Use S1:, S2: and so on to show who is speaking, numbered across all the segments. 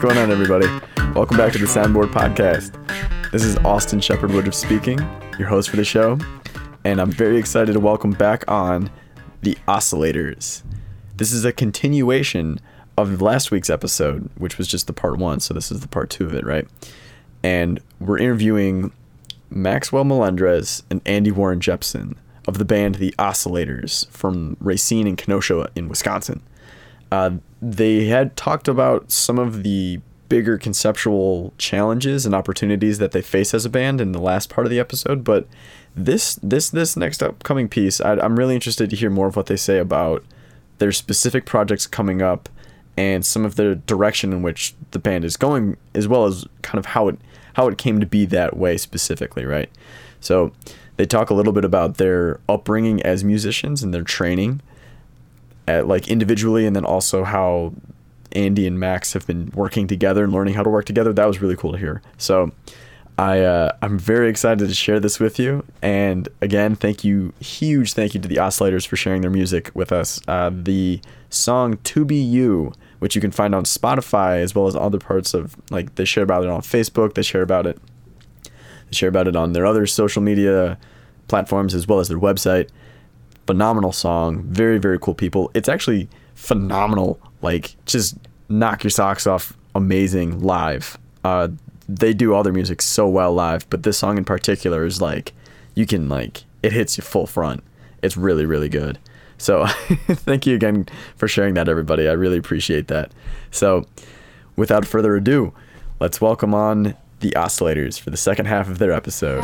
S1: going on, everybody? Welcome back to the Soundboard Podcast. This is Austin Shepherd Woodruff speaking, your host for the show, and I'm very excited to welcome back on the Oscillators. This is a continuation of last week's episode, which was just the part one, so this is the part two of it, right? And we're interviewing Maxwell Melendrez and Andy Warren Jepson of the band The Oscillators from Racine and Kenosha in Wisconsin. Uh, they had talked about some of the bigger conceptual challenges and opportunities that they face as a band in the last part of the episode, but this this this next upcoming piece, I, I'm really interested to hear more of what they say about their specific projects coming up and some of the direction in which the band is going, as well as kind of how it how it came to be that way specifically, right? So they talk a little bit about their upbringing as musicians and their training, at, like individually, and then also how Andy and Max have been working together and learning how to work together. That was really cool to hear. So I uh, I'm very excited to share this with you. And again, thank you, huge thank you to the Oscillators for sharing their music with us. Uh, the song "To Be You," which you can find on Spotify as well as other parts of like they share about it on Facebook. They share about it. They share about it on their other social media platforms as well as their website. Phenomenal song, very very cool people. It's actually phenomenal. Like just knock your socks off. Amazing live. Uh, they do all their music so well live, but this song in particular is like you can like it hits you full front. It's really really good. So thank you again for sharing that everybody. I really appreciate that. So without further ado, let's welcome on the Oscillators for the second half of their episode.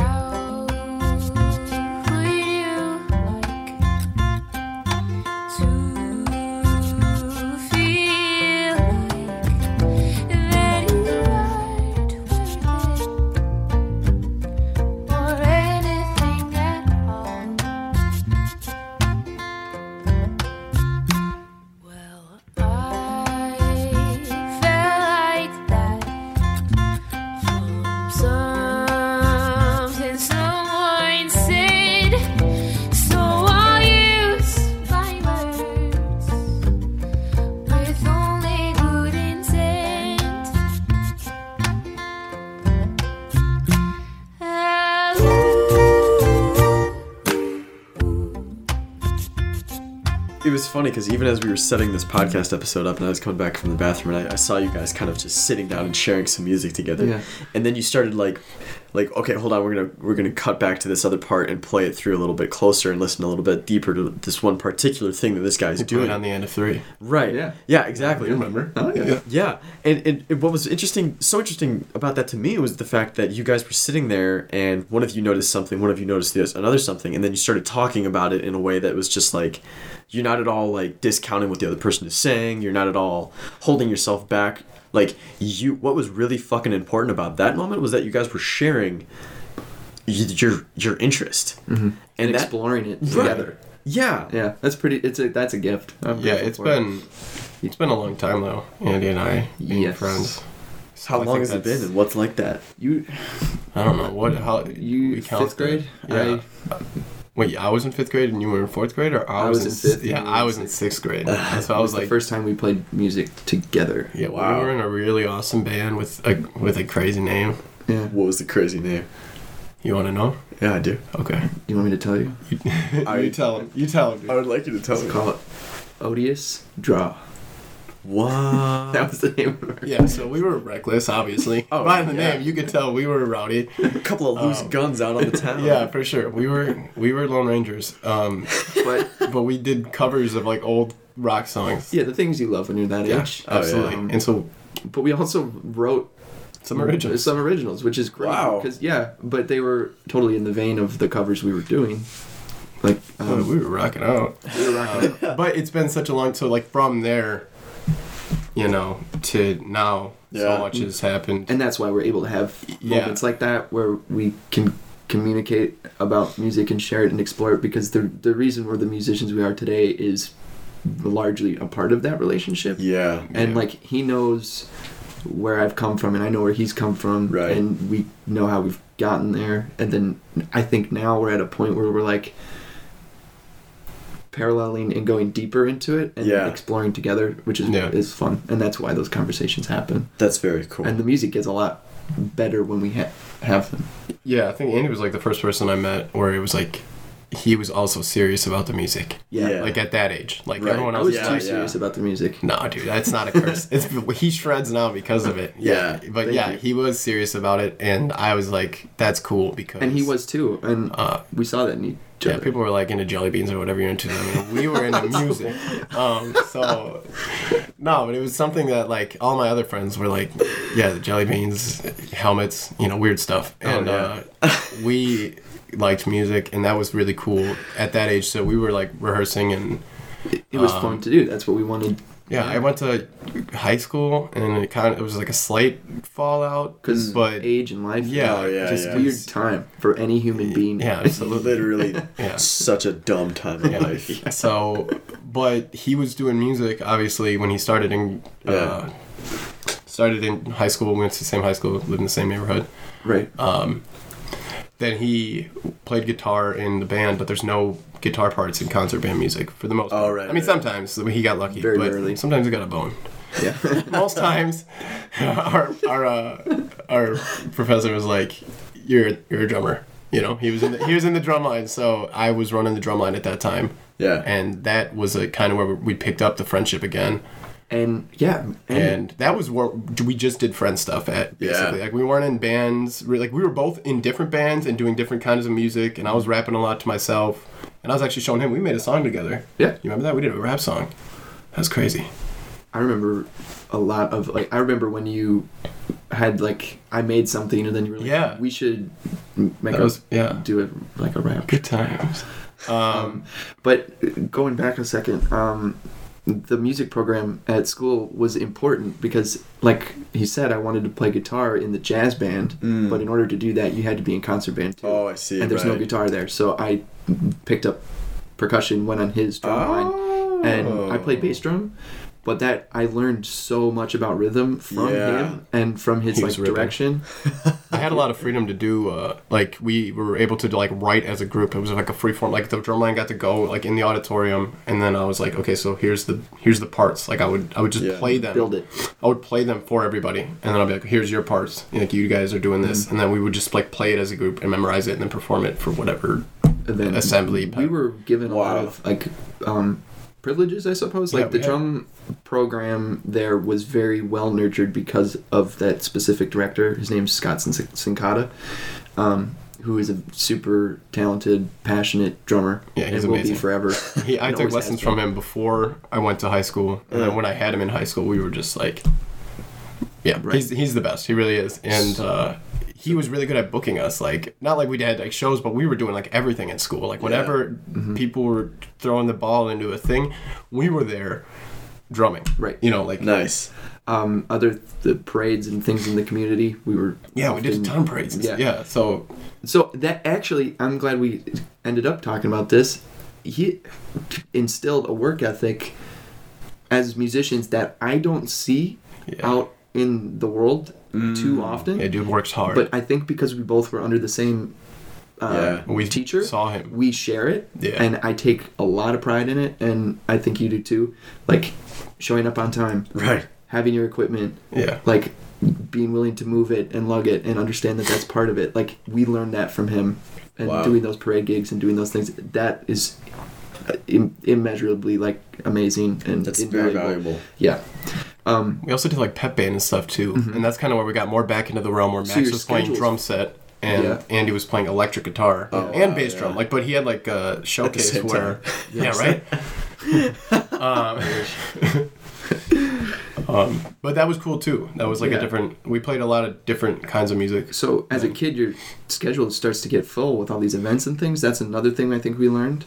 S2: Something someone said, so I use my words with only good intent. I
S1: It was funny because even as we were setting this podcast episode up and I was coming back from the bathroom and I, I saw you guys kind of just sitting down and sharing some music together.
S3: Yeah.
S1: And then you started like like, okay, hold on, we're gonna we're gonna cut back to this other part and play it through a little bit closer and listen a little bit deeper to this one particular thing that this guy's
S3: Do it
S1: doing.
S3: on the end of three.
S1: right.
S3: Yeah.
S1: Yeah, exactly.
S3: You remember?
S1: Yeah, and, and, and what was interesting, so interesting about that to me was the fact that you guys were sitting there, and one of you noticed something, one of you noticed this, another something, and then you started talking about it in a way that was just like, you're not at all like discounting what the other person is saying. You're not at all holding yourself back. Like you, what was really fucking important about that moment was that you guys were sharing y- your your interest
S4: and
S1: that-
S4: exploring it
S1: Right.
S4: together.
S1: Yeah,
S4: Yeah, that's pretty. It's a that's a gift. I'm
S3: Yeah,
S4: grateful
S3: it's
S4: for it.
S3: been it's been a long time though. Andy and I being
S4: Yes.
S3: friends. So
S1: How
S3: I
S1: long
S3: think
S1: has it
S3: that's-
S1: been, and what's like that?
S4: you
S3: I don't know what how
S4: you
S3: we count
S4: fifth grade.
S3: that. Yeah. Wait, I was in fifth grade and you were in fourth grade, or I,
S4: I was in
S3: s-
S4: fifth
S3: Yeah,
S4: and you
S3: I
S4: were
S3: was in sixth grade. so I
S4: I
S3: was
S4: was the
S3: like,
S4: first time we played music together.
S3: yeah, wow.
S1: Wow.
S3: we were in a really awesome band with a with a crazy name.
S4: Yeah.
S1: What was the crazy name?
S3: You want to know?
S1: Yeah, I do.
S3: Okay.
S4: You want me to tell you?
S1: I- You
S3: tell him. You tell him.
S1: I would like you to tell me.
S4: Call it Odious Draw.
S1: Wow.
S4: That was the name of our
S3: Yeah, so we were reckless, obviously.
S1: Oh,
S3: By the
S1: yeah.
S3: name, you could tell we were rowdy.
S1: a couple of loose
S3: Um,
S1: guns out on the town.
S3: Yeah, for sure. We were we were Lone Rangers. Um,
S4: But
S3: but we did covers of like old rock songs.
S4: yeah, the things you love when you're that
S3: Yeah,
S4: age.
S1: Oh,
S3: absolutely.
S4: yeah.
S3: And so
S4: But we also wrote
S3: some originals.
S4: some originals, which is great.
S1: Wow.
S4: Because yeah, but they were totally in the vein of the covers we were doing. Like
S3: Oh,
S4: um,
S3: we were rocking out.
S4: we were rocking. it.
S3: But it's been such a long so like from there, you know, to now
S1: Yeah.
S3: so much has happened.
S4: and that's why we're able to have
S3: Yeah.
S4: moments like that where we can communicate about music and share it and explore it because the the reason we're the musicians we are today is largely a part of that relationship
S1: Yeah.
S4: and
S3: Yeah.
S4: like he knows where I've come from and I know where he's come from
S1: Right.
S4: and we know how we've gotten there and then I think now we're at a point where we're like paralleling and going deeper into it and
S5: Yeah.
S4: exploring together, which is
S3: Yeah.
S4: is fun, and that's why those conversations happen.
S5: That's very cool.
S4: And the music gets a lot better when we ha- have them.
S3: Yeah, I think Andy was like the first person I met where it was like he was also serious about the music.
S5: Yeah.
S3: Like at that age. Like
S5: Right.
S3: everyone
S4: I
S3: else
S4: was
S3: is
S4: too
S3: like,
S4: serious about the music.
S3: No, dude, that's not a curse. it's he shreds now because of it.
S5: Yeah,
S3: But
S4: thank
S3: yeah,
S4: you.
S3: he was serious about it and I was like, that's cool because
S4: And he was too, and
S3: uh
S4: we saw that in each
S3: yeah,
S4: other.
S3: people were like into jelly beans or whatever you're into. Them. We were into music. Um, so, no, but it was something that, like, all my other friends were like, yeah, the jelly beans, helmets, you know, weird stuff. And
S5: Oh, yeah.
S3: uh, we liked music, and that was really cool at that age. So we were, like, rehearsing. And
S4: it was
S3: um,
S4: fun to do. That's what we wanted.
S3: yeah, I went to high school, and it kind of it was like a slight fallout.
S4: Because
S3: but
S4: age and life, uh,
S3: yeah,
S5: Oh, yeah,
S3: just
S5: yeah.
S4: weird
S3: was-
S4: time for any human being.
S3: Yeah, absolutely.
S5: Literally
S3: Yeah.
S5: such a dumb time in life.
S3: so but he was doing music obviously when he started in uh, started in high school went to the same high school lived in the same neighborhood
S4: Right.
S3: Uh, then he played guitar in the band but there's no guitar parts in concert band music for the most
S5: Oh,
S3: part.
S5: right,
S3: i mean
S5: right.
S3: sometimes I mean, he got lucky
S4: Very
S3: but
S4: rarely.
S3: sometimes he got a bone
S4: yeah.
S3: most times our our uh, our professor was like you're you're a drummer you know he was in the, he was in the drum line so i was running the drum line at that time
S5: Yeah.
S3: and that was a kind of where we picked up the friendship again
S4: and yeah, and,
S3: and that was where we just did friend stuff at basically
S5: Yeah.
S3: like we weren't in bands we- like we were both in different bands and doing different kinds of music and i was rapping a lot to myself and i was actually showing him we made a song together
S4: Yeah.
S3: you remember that we did a rap song that's crazy
S4: I remember a lot of like I remember when you had like I made something and then you were like,
S3: Yeah.
S4: we should make
S3: that
S4: a
S3: was yeah
S4: do it like a rap.
S3: good times um
S4: But uh, going back a second, um, the music program at school was important because, like he said, I wanted to play guitar in the jazz band, but in order to do that, you had to be in concert band too.
S5: Mm. Oh, I see,
S4: And there's no
S5: right.
S4: guitar there, so I picked up percussion, went on his drum
S5: Oh.
S4: line, and I played bass drum. But that I learned so much about rhythm from
S5: Yeah.
S4: him and from his
S3: He
S4: like
S3: was ripping.
S4: direction.
S3: I had a lot of freedom to do. Uh, like we were able to like write as a group. It was like a free form. Like the drumline got to go like in the auditorium, and then I was like, okay, so here's the here's the parts. Like I would I would just
S5: Yeah.
S3: play them.
S4: Build it.
S3: I would play them for everybody, and then I'd be like, here's your parts. Like you guys are doing this,
S4: Mm-hmm.
S3: and then we would just like play it as a group and memorize it, and then perform it for whatever.
S4: event
S3: Assembly
S4: We
S3: type.
S4: were given a lot
S5: Wow.
S4: of like um, privileges, I suppose. Like
S3: Yeah,
S4: the
S3: we had-
S4: drum program there was very well nurtured because of that specific director. His name's Scott Sin- Sincata, um, who is a super talented, passionate drummer.
S3: Yeah, he's
S4: and will
S3: amazing.
S4: be forever.
S3: He, I
S4: And
S3: took
S4: always
S3: lessons
S4: has been.
S3: from him before I went to high school, and then when I had him in high school, we were just like, yeah,
S4: Right.
S3: he's he's the best. He really is, and uh, he was really good at booking us. Like, not like we had like shows, but we were doing like everything at school. Like, whenever
S4: Mm-hmm.
S3: people were throwing the ball into a thing, we were there drumming.
S4: Right.
S3: You know, like
S5: Nice.
S4: Um, other th- the parades and things in the community, we were
S3: yeah, we did a
S4: often-
S3: ton of parades. Yeah.
S4: Yeah.
S3: yeah. So
S4: So that actually, I'm glad we ended up talking about this. He instilled a work ethic as musicians that I don't see
S3: Yeah. Mm.
S4: out in the world too often.
S3: yeah, dude works hard.
S4: but I think because we both were under the same uh,
S5: Yeah,
S3: we
S4: teacher,
S3: saw him.
S4: we share it,
S3: Yeah.
S4: and I take a lot of pride in it, and I think you do too. Like showing up on time,
S5: Right.
S4: having your equipment,
S3: yeah.
S4: like being willing to move it and lug it and understand that that's part of it like we learned that from him and
S5: Wow.
S4: doing those parade gigs and doing those things that is uh, Im- immeasurably like amazing and
S5: That's very valuable.
S4: invaluable. yeah
S3: We also did like pep band and stuff too, and that's kind of where we got more back into the realm where Max
S4: Mm-hmm. your
S3: was playing
S4: schedules-
S3: drum set and
S4: Yeah. Oh,
S3: Andy was playing electric guitar and
S5: wow,
S3: bass drum.
S5: yeah.
S3: Like, but he had like a showcase
S5: same
S3: where,
S5: time.
S3: yeah, right. um, um, but that was cool too. That was like
S4: Yeah.
S3: a different. We played a lot of different kinds of music.
S4: so as a kid your schedule starts to get full with all these events and things that's another thing i think we learned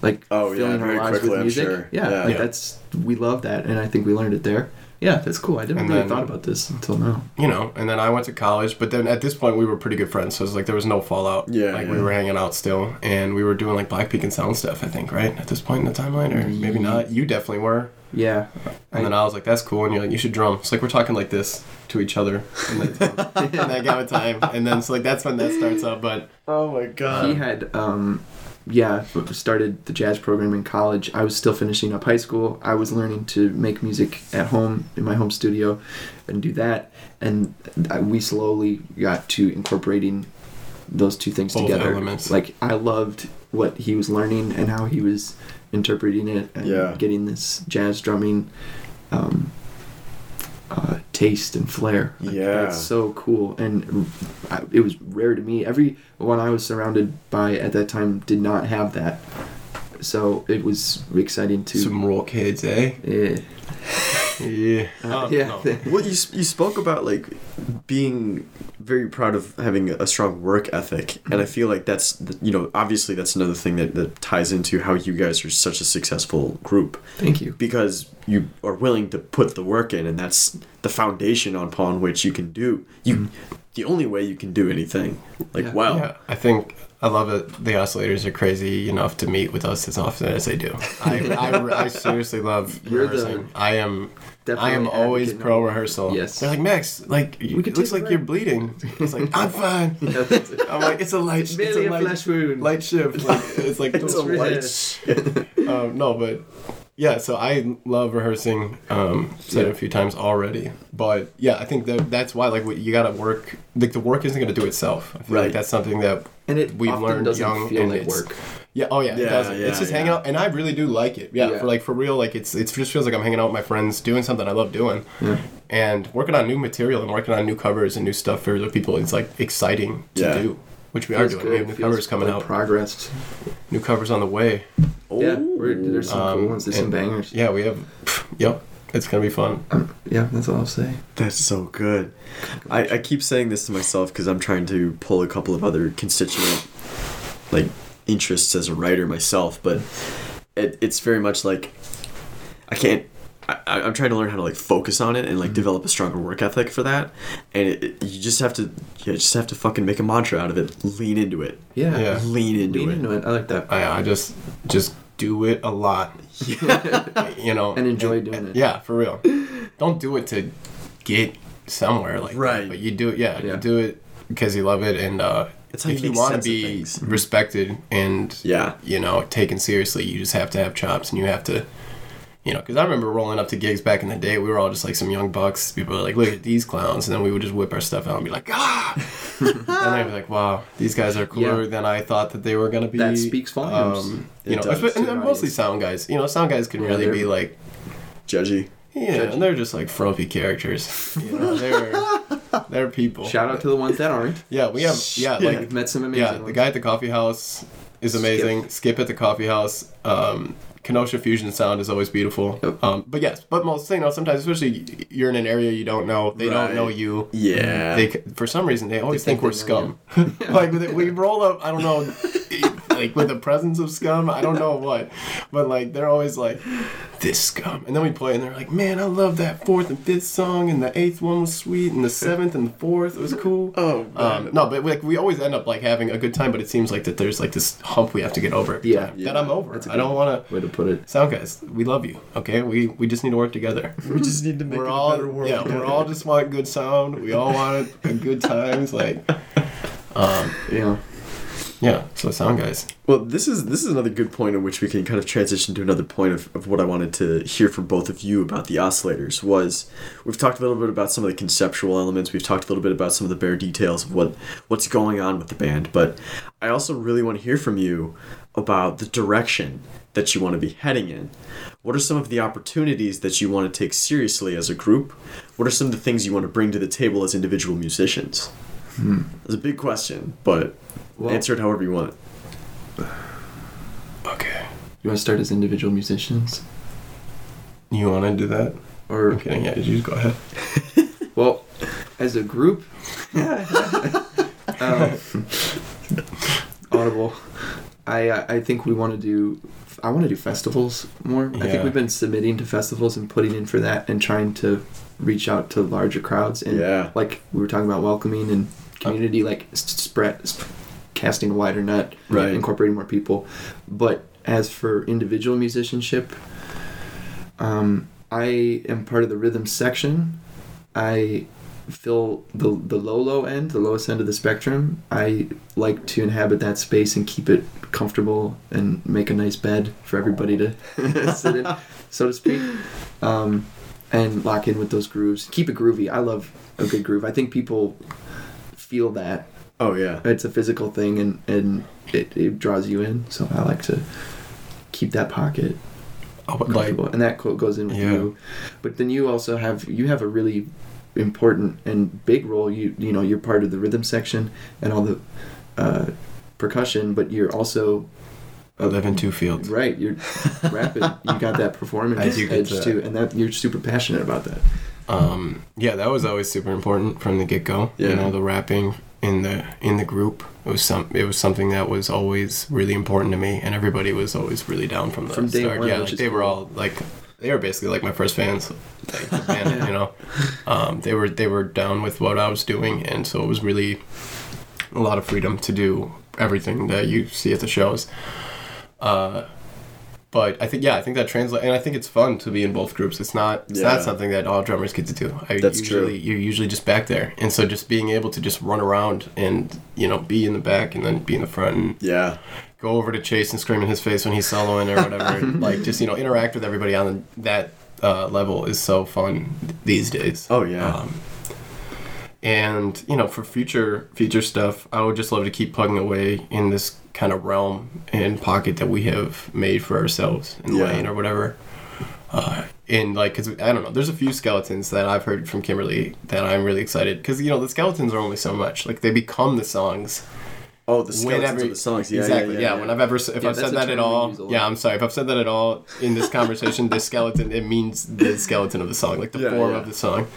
S4: like
S5: Oh, yeah, very quickly, I'm sure.
S4: yeah,
S5: Yeah.
S4: like
S3: Yeah.
S4: that's we love that and i think we learned it there yeah that's cool i didn't
S3: And
S4: really
S3: then-
S4: thought about this until now
S3: you know, and then I went to college, but then at this point we were pretty good friends, so it's like there was no fallout.
S5: Yeah,
S3: Like
S5: yeah.
S3: we were hanging out still and we were doing like Black Peak and Sound stuff, I think, right? At this point in the timeline, or maybe not. You definitely were.
S4: yeah
S3: And then I was like, that's cool. And you're like, you should drum. It's like, we're talking like this to each other. And then, and that got with time. And then, so like, that's when that starts up. But
S5: Oh my
S4: he
S5: god.
S4: had um yeah, started the jazz program in college. I was still finishing up high school. I was learning to make music at home in my home studio and do that. And I, we slowly got to incorporating those two things
S3: Both
S4: together.
S3: elements.
S4: Like, I loved what he was learning and how he was interpreting it and
S5: Yeah.
S4: getting this jazz drumming um, uh, taste and flair. Like,
S5: Yeah.
S4: It's so cool. And I- it was rare to me. Everyone I was surrounded by at that time did not have that. So it was exciting to.
S3: Some real kids, eh?
S4: eh,
S3: Yeah.
S4: uh,
S3: Oh,
S4: yeah.
S3: no.
S1: Well, you, s- you spoke about like being very proud of having a strong work ethic and i feel like that's the- you know obviously that's another thing that, that ties into how you guys are such a successful group
S4: Thank you.
S1: because you are willing to put the work in and that's the foundation upon which you can do you the only way you can do anything like
S4: Yeah.
S1: wow
S3: Yeah, I think I love it. The oscillators are crazy enough to meet with us as often as they do. I, I, I seriously love
S4: You're the-
S3: rehearsing. I am. I
S4: Definitely
S3: am always
S4: advocate
S3: pro
S4: number-
S3: rehearsal.
S4: Yes.
S3: They're like Max, like
S4: We
S3: you,
S4: could
S3: it looks
S4: take a
S3: like you're
S4: break."
S3: bleeding. It's like I'm fine. I'm like it's a light. It's,
S4: Merely
S3: a
S4: a
S3: light,
S4: flesh wound.
S3: light shift. Like, it's like
S4: It's
S3: little
S4: really-
S3: light um, no, but yeah, so I love rehearsing. Um, said it a few times already, but yeah, I think that that's why like what- you gotta work. Like the work isn't gonna do itself. I feel
S1: Right.
S3: like that's something that
S4: And it
S3: we've
S4: often
S3: learned
S4: doesn't
S3: young
S4: feel
S3: and
S4: like
S3: it's-
S4: work.
S3: Yeah. Oh yeah.
S1: Yeah,
S3: it doesn't.
S1: yeah,
S3: it's just hanging
S1: yeah.
S3: out, and I really do like it. Yeah,
S4: Yeah.
S3: For like for real, like it's it's just feels like I'm hanging out with my friends, doing something I love doing, and working on new material and working on new covers and new stuff for other people. It's like exciting to
S1: Yeah.
S3: do. Which we are
S4: Feels
S3: doing.
S4: good.
S3: We have new
S4: Feels
S3: covers coming
S4: like
S3: out.
S4: Progress.
S3: new covers on the way.
S4: Yeah, we're, there's some cool
S3: Um,
S4: ones. There's some
S3: and-
S4: bangers. Um,
S3: Yeah, we have. Yep, it's gonna be fun.
S4: yeah, that's all I'll say.
S1: That's so good. I, I keep saying this to myself because I'm trying to pull a couple of other constituent like interests as a writer myself, but it, it's very much like I can't. I, I- I'm trying to learn how to like focus on it and
S3: Mm-hmm.
S1: like develop a stronger work ethic for that, and it, it- you just have to you just have to fucking make a mantra out of it. Lean into it.
S4: Yeah.
S3: Yeah.
S1: Lean into
S4: Lean
S1: it.
S4: into it. I like that.
S3: I, I just just do it a lot. you know,
S4: And enjoy doing it.
S3: Yeah, for real. Don't do it to get somewhere, like
S1: Right.
S3: But you do it. Yeah,
S4: Yeah.
S3: you do it because you love it, and uh,
S1: That's how
S3: if
S1: you
S3: you
S1: make
S3: want to
S1: sense of
S3: be
S1: things. Mm-hmm.
S3: respected and
S1: Yeah.
S3: you know taken seriously, you just have to have chops, and you have to. You know, because I remember rolling up to gigs back in the day. We were all just like some young bucks. People were like, "Look at these clowns," and then we would just whip our stuff out and be like, "Ah!" and I'd be like, "Wow, these guys are cooler
S4: Yeah.
S3: than I thought that they were gonna be." Um,
S4: That speaks volumes.
S3: you
S1: It
S3: know,
S1: does
S3: but-
S1: to
S3: and
S1: an
S3: they're mostly
S1: audience.
S3: sound guys. You know, sound guys can really
S4: they're-
S3: be like,
S1: Judgy.
S3: yeah, and they're just like frumpy characters. You know, they're they're people.
S4: Shout out to the ones that aren't.
S3: yeah, we have yeah,
S1: Yeah.
S3: like
S4: I've met some amazing
S3: yeah, the
S4: ones.
S3: guy at the coffee house is amazing. Skip, at the coffee house. Um, Kenosha fusion sound is always beautiful.
S4: Yep.
S3: Um, but yes, but most you know sometimes, especially you're in an area you don't know, they
S1: Right.
S3: don't know you.
S1: Yeah.
S3: They, c- for some reason, they always
S4: They
S3: think,
S4: think
S3: we're
S4: they know
S3: scum. like with it- we roll up, I don't know, like with the presence of scum, I don't know what, but like they're always like this scum, and then we play, and they're like, man, I love that fourth and fifth song, and the eighth one was sweet, and the seventh and the fourth was cool.
S1: Oh,
S3: um, no, but like we always end up like having a good time, but it seems like that there's like this hump we have to get over. every
S4: Yeah.
S3: time,
S4: Yeah.
S3: that I'm over.
S4: That's a
S3: I don't
S4: good
S3: want to.
S4: Way to put it.
S3: Sound guys, we love you. Okay, we we just need to work together
S1: we just need to make
S3: we're
S1: it
S3: all
S1: a better world.
S3: yeah, we're all just want good sound. We all want a good times. Like, um,
S4: Yeah.
S3: yeah. So sound guys,
S1: Well, this is this is another good point at which we can kind of transition to another point of, of what I wanted to hear from both of you about the oscillators was we've talked a little bit about some of the conceptual elements, we've talked a little bit about some of the bare details of what what's going on with the band, but I also really want to hear from you about the direction that you want to be heading in. What are some of the opportunities that you want to take seriously as a group? What are some of the things you want to bring to the table as individual musicians? It's a big question, but
S4: Well-
S1: answer it however you want.
S3: okay.
S4: You want to start as individual musicians?
S3: You want to do that?
S4: Or
S3: I'm kidding. Yeah, you just go ahead.
S4: Well, as a group, um, Audible, I uh, I think we want to do I want to do festivals more. I think
S3: Yeah.
S4: we've been submitting to festivals and putting in for that and trying to reach out to larger crowds and
S1: Yeah.
S4: like we were talking about welcoming and community like s- spread sp- casting a wider net,
S1: Right.
S4: incorporating more people. But as for individual musicianship, um, I am part of the rhythm section. I fill the the low low end, the lowest end of the spectrum. I like to inhabit that space and keep it comfortable and make a nice bed for everybody to sit in, so to speak. Um, and lock in with those grooves. Keep it groovy. I love a good groove. I think people feel that
S1: Oh yeah.
S4: it's a physical thing and and it, it draws you in so i like to keep that pocket
S3: I would like
S4: comfortable and that quote goes in with
S3: Yeah.
S4: you but then you also have you have a really important and big role you you know you're part of the rhythm section and all the uh, percussion but you're also
S3: I live in two fields.
S4: right you're rapping you got that
S3: I
S4: performance
S3: do get
S4: edge
S3: that.
S4: too and that you're super passionate about that
S3: Um, yeah, that was always super important from the get go.
S1: Yeah.
S3: You know, the rapping in the in the group it was some it was something that was always really important to me, and everybody was always really down from the
S4: From day
S3: start.
S4: one,
S3: yeah,
S4: which
S3: like
S4: is
S3: they were
S4: cool.
S3: all like they were basically like my first fans. Like the band, you know, um, they were they were down with what I was doing, and so it was really a lot of freedom to do everything that you see at the shows. Uh, but I think yeah, I think that translates, and I think it's fun to be in both groups. It's not it's
S1: Yeah.
S3: not something that all drummers get to do. I
S1: That's
S3: usually you're usually just back there, and so just being able to just run around and you know be in the back and then be in the front and
S1: Yeah.
S3: go over to Chase and scream in his face when he's soloing or whatever. and, like just you know interact with everybody on that uh, level is so fun th- these days.
S1: Oh, yeah.
S3: Um, and you know for future future stuff, I would just love to keep plugging away in this kind of realm and pocket that we have made for ourselves in
S1: Yeah.
S3: lane or whatever. Uh, and like, cause I don't know, there's a few skeletons that I've heard from Kimberly that I'm really excited. Cause you know the skeletons are only so much. Like they become the songs
S1: Oh, the skeletons
S3: whenever
S1: of the songs. Yeah,
S3: exactly.
S1: Yeah. yeah,
S3: When I've ever s- if
S4: Yeah,
S3: I've
S4: that's
S3: said
S4: a
S3: that
S4: term
S3: at
S4: we
S3: all,
S4: use a lot.
S3: yeah, I'm sorry if I've said that at all in this conversation. the skeleton it means the skeleton of the song, like the
S1: Yeah,
S3: form
S1: yeah.
S3: of the song,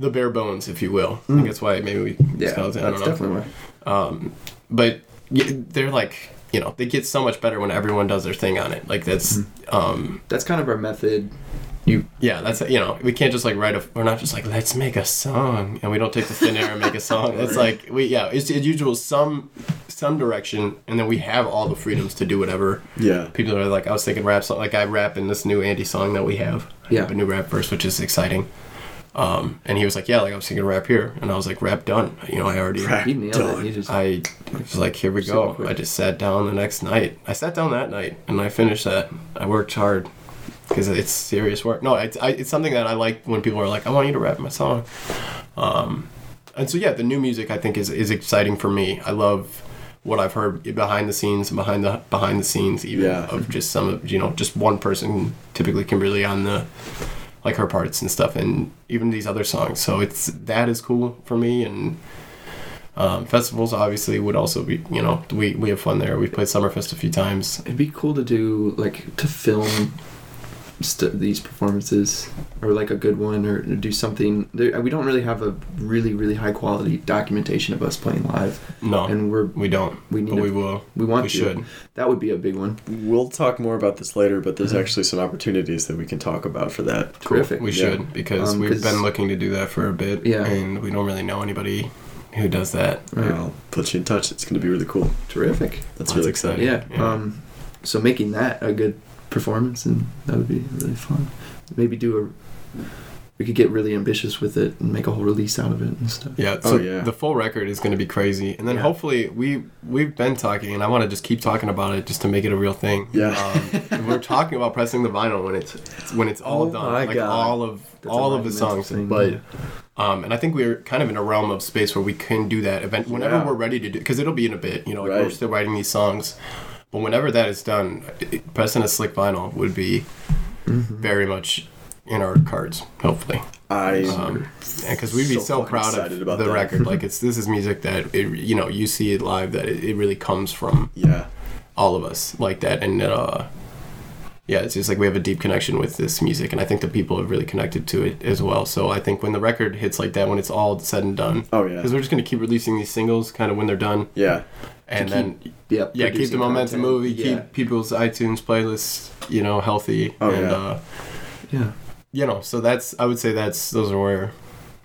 S3: the bare bones, if you will. I think that's why maybe we
S4: Mm. yeah
S3: skeleton. I
S4: that's
S3: don't know.
S4: definitely why
S3: But yeah, they're like you know they get so much better when everyone does their thing on it. Like that's
S4: Mm.
S3: um
S4: that's kind of our method you
S3: yeah that's you know we can't just like write a we're not just like let's make a song and we don't take the thin air and make a song. It's like we yeah it's, it's usual some some direction and then we have all the freedoms to do whatever
S1: yeah.
S3: people are like, I was thinking rap song. Like I rap in this new Andy song that we have. I
S4: Yeah.
S3: have a new rap verse, which is exciting. Um, and he was like, yeah, like I was thinking rap here, and I was like, rap done. You know, I already.
S4: you nailed it you just
S3: I was like, here we
S4: Super
S3: go.
S4: quick.
S3: I just sat down the next night. I sat down that night and I finished that. I worked hard because it's serious work. No, I, I, it's something that I like when people are like, I want you to rap my song. Um, and so yeah, the new music I think is is exciting for me. I love what I've heard behind the scenes, behind the behind the scenes, even
S1: Yeah.
S3: of just some of you know just one person, typically Kimberly on the like her parts and stuff, and even these other songs. So it's that is cool for me and. Um, festivals obviously would also be, you know, we, we have fun there. We've played Summerfest a few times.
S4: It'd be cool to do like to film st- these performances or like a good one or do something. There, we don't really have a really really high quality documentation of us playing live,
S3: No,
S4: and we're
S3: we don't.
S4: we need
S3: but
S4: to-
S3: we will.
S4: we want
S3: We
S4: to.
S3: should.
S4: That would be a big one.
S1: We'll talk more about this later, but there's actually some opportunities that we can talk about for that.
S4: Terrific.
S3: We
S1: Yeah.
S3: should because
S4: Um,
S3: we've
S4: 'cause-
S3: been looking to do that for a bit.
S4: Yeah.
S3: And we don't really know anybody who does that.
S4: Right.
S1: I'll put you in touch. It's going to be really cool.
S4: Terrific.
S1: That's
S3: That's
S1: really
S3: exciting.
S1: exciting.
S4: Yeah.
S3: Yeah.
S4: Um, so making that a good performance and that would be really fun. Maybe do a. We could get really ambitious with it and make a whole release out of it and stuff.
S3: Yeah,
S1: Oh,
S3: so
S1: yeah.
S3: the full record is going to be crazy, and then
S4: Yeah.
S3: hopefully we we've been talking, and I want to just keep talking about it just to make it a real thing.
S1: Yeah.
S3: um, we're talking about pressing the vinyl when it's when it's all
S1: Oh
S3: done,
S1: my
S3: like
S1: God.
S3: all of
S4: That's
S3: all
S4: a
S3: of the
S4: monumental
S3: songs.
S4: thing.
S3: But um, and I think we're kind of in a realm of space where we can do that event whenever
S1: Yeah.
S3: we're ready to do, because it'll be in a bit. You know, like we're
S1: Right.
S3: still writing these songs, but whenever that is done, it- pressing a slick vinyl would be
S1: Mm-hmm.
S3: very much in our cards, hopefully
S1: I
S3: um, because we'd be
S1: So
S3: so,
S1: fucking
S3: proud
S1: excited
S3: of
S1: about
S3: the
S1: that.
S3: record. Like it's this is music that it, you know you see it live that it, it really comes from
S1: yeah.
S3: all of us like that and uh, yeah, it's just like we have a deep connection with this music, and I think the people have really connected to it as well. So I think when the record hits like that, when it's all said and done,
S1: Oh yeah.
S3: because we're just gonna keep releasing these singles kind of when they're done,
S1: Yeah.
S3: and
S4: keep
S3: then
S4: Yeah.
S3: yeah, keep the
S4: producing
S3: momentum
S4: content.
S3: moving,
S4: Yeah.
S3: keep people's iTunes playlists, you know, healthy,
S1: Oh,
S3: and
S1: yeah.
S3: uh,
S4: Yeah.
S3: you know, so that's I would say that's those are where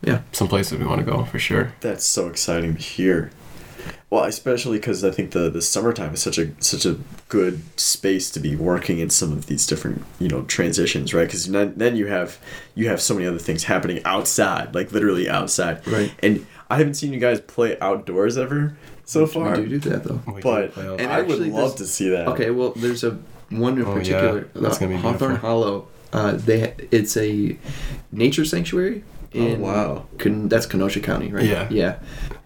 S4: Yeah.
S3: some places we want to go for sure.
S1: That's so exciting to hear. Well, especially because I think the the summertime is such a such a good space to be working in some of these different you know transitions, right? Because then, then you have you have so many other things happening outside, like literally outside.
S4: Right.
S1: And I haven't seen you guys play outdoors ever so far.
S4: We do do that though.
S3: We can
S1: But
S3: play out-
S1: and
S4: And
S1: I would
S4: actually
S1: love to
S4: this-
S1: see that.
S4: Okay, well, there's a one in
S3: Oh, yeah.
S4: particular, uh,
S3: That's gonna be
S4: Hawthorne
S3: beautiful.
S4: Hollow. Uh, they it's a nature sanctuary. In
S1: wow.
S4: Ken, that's Kenosha County, right?
S3: Oh, Yeah.
S4: yeah,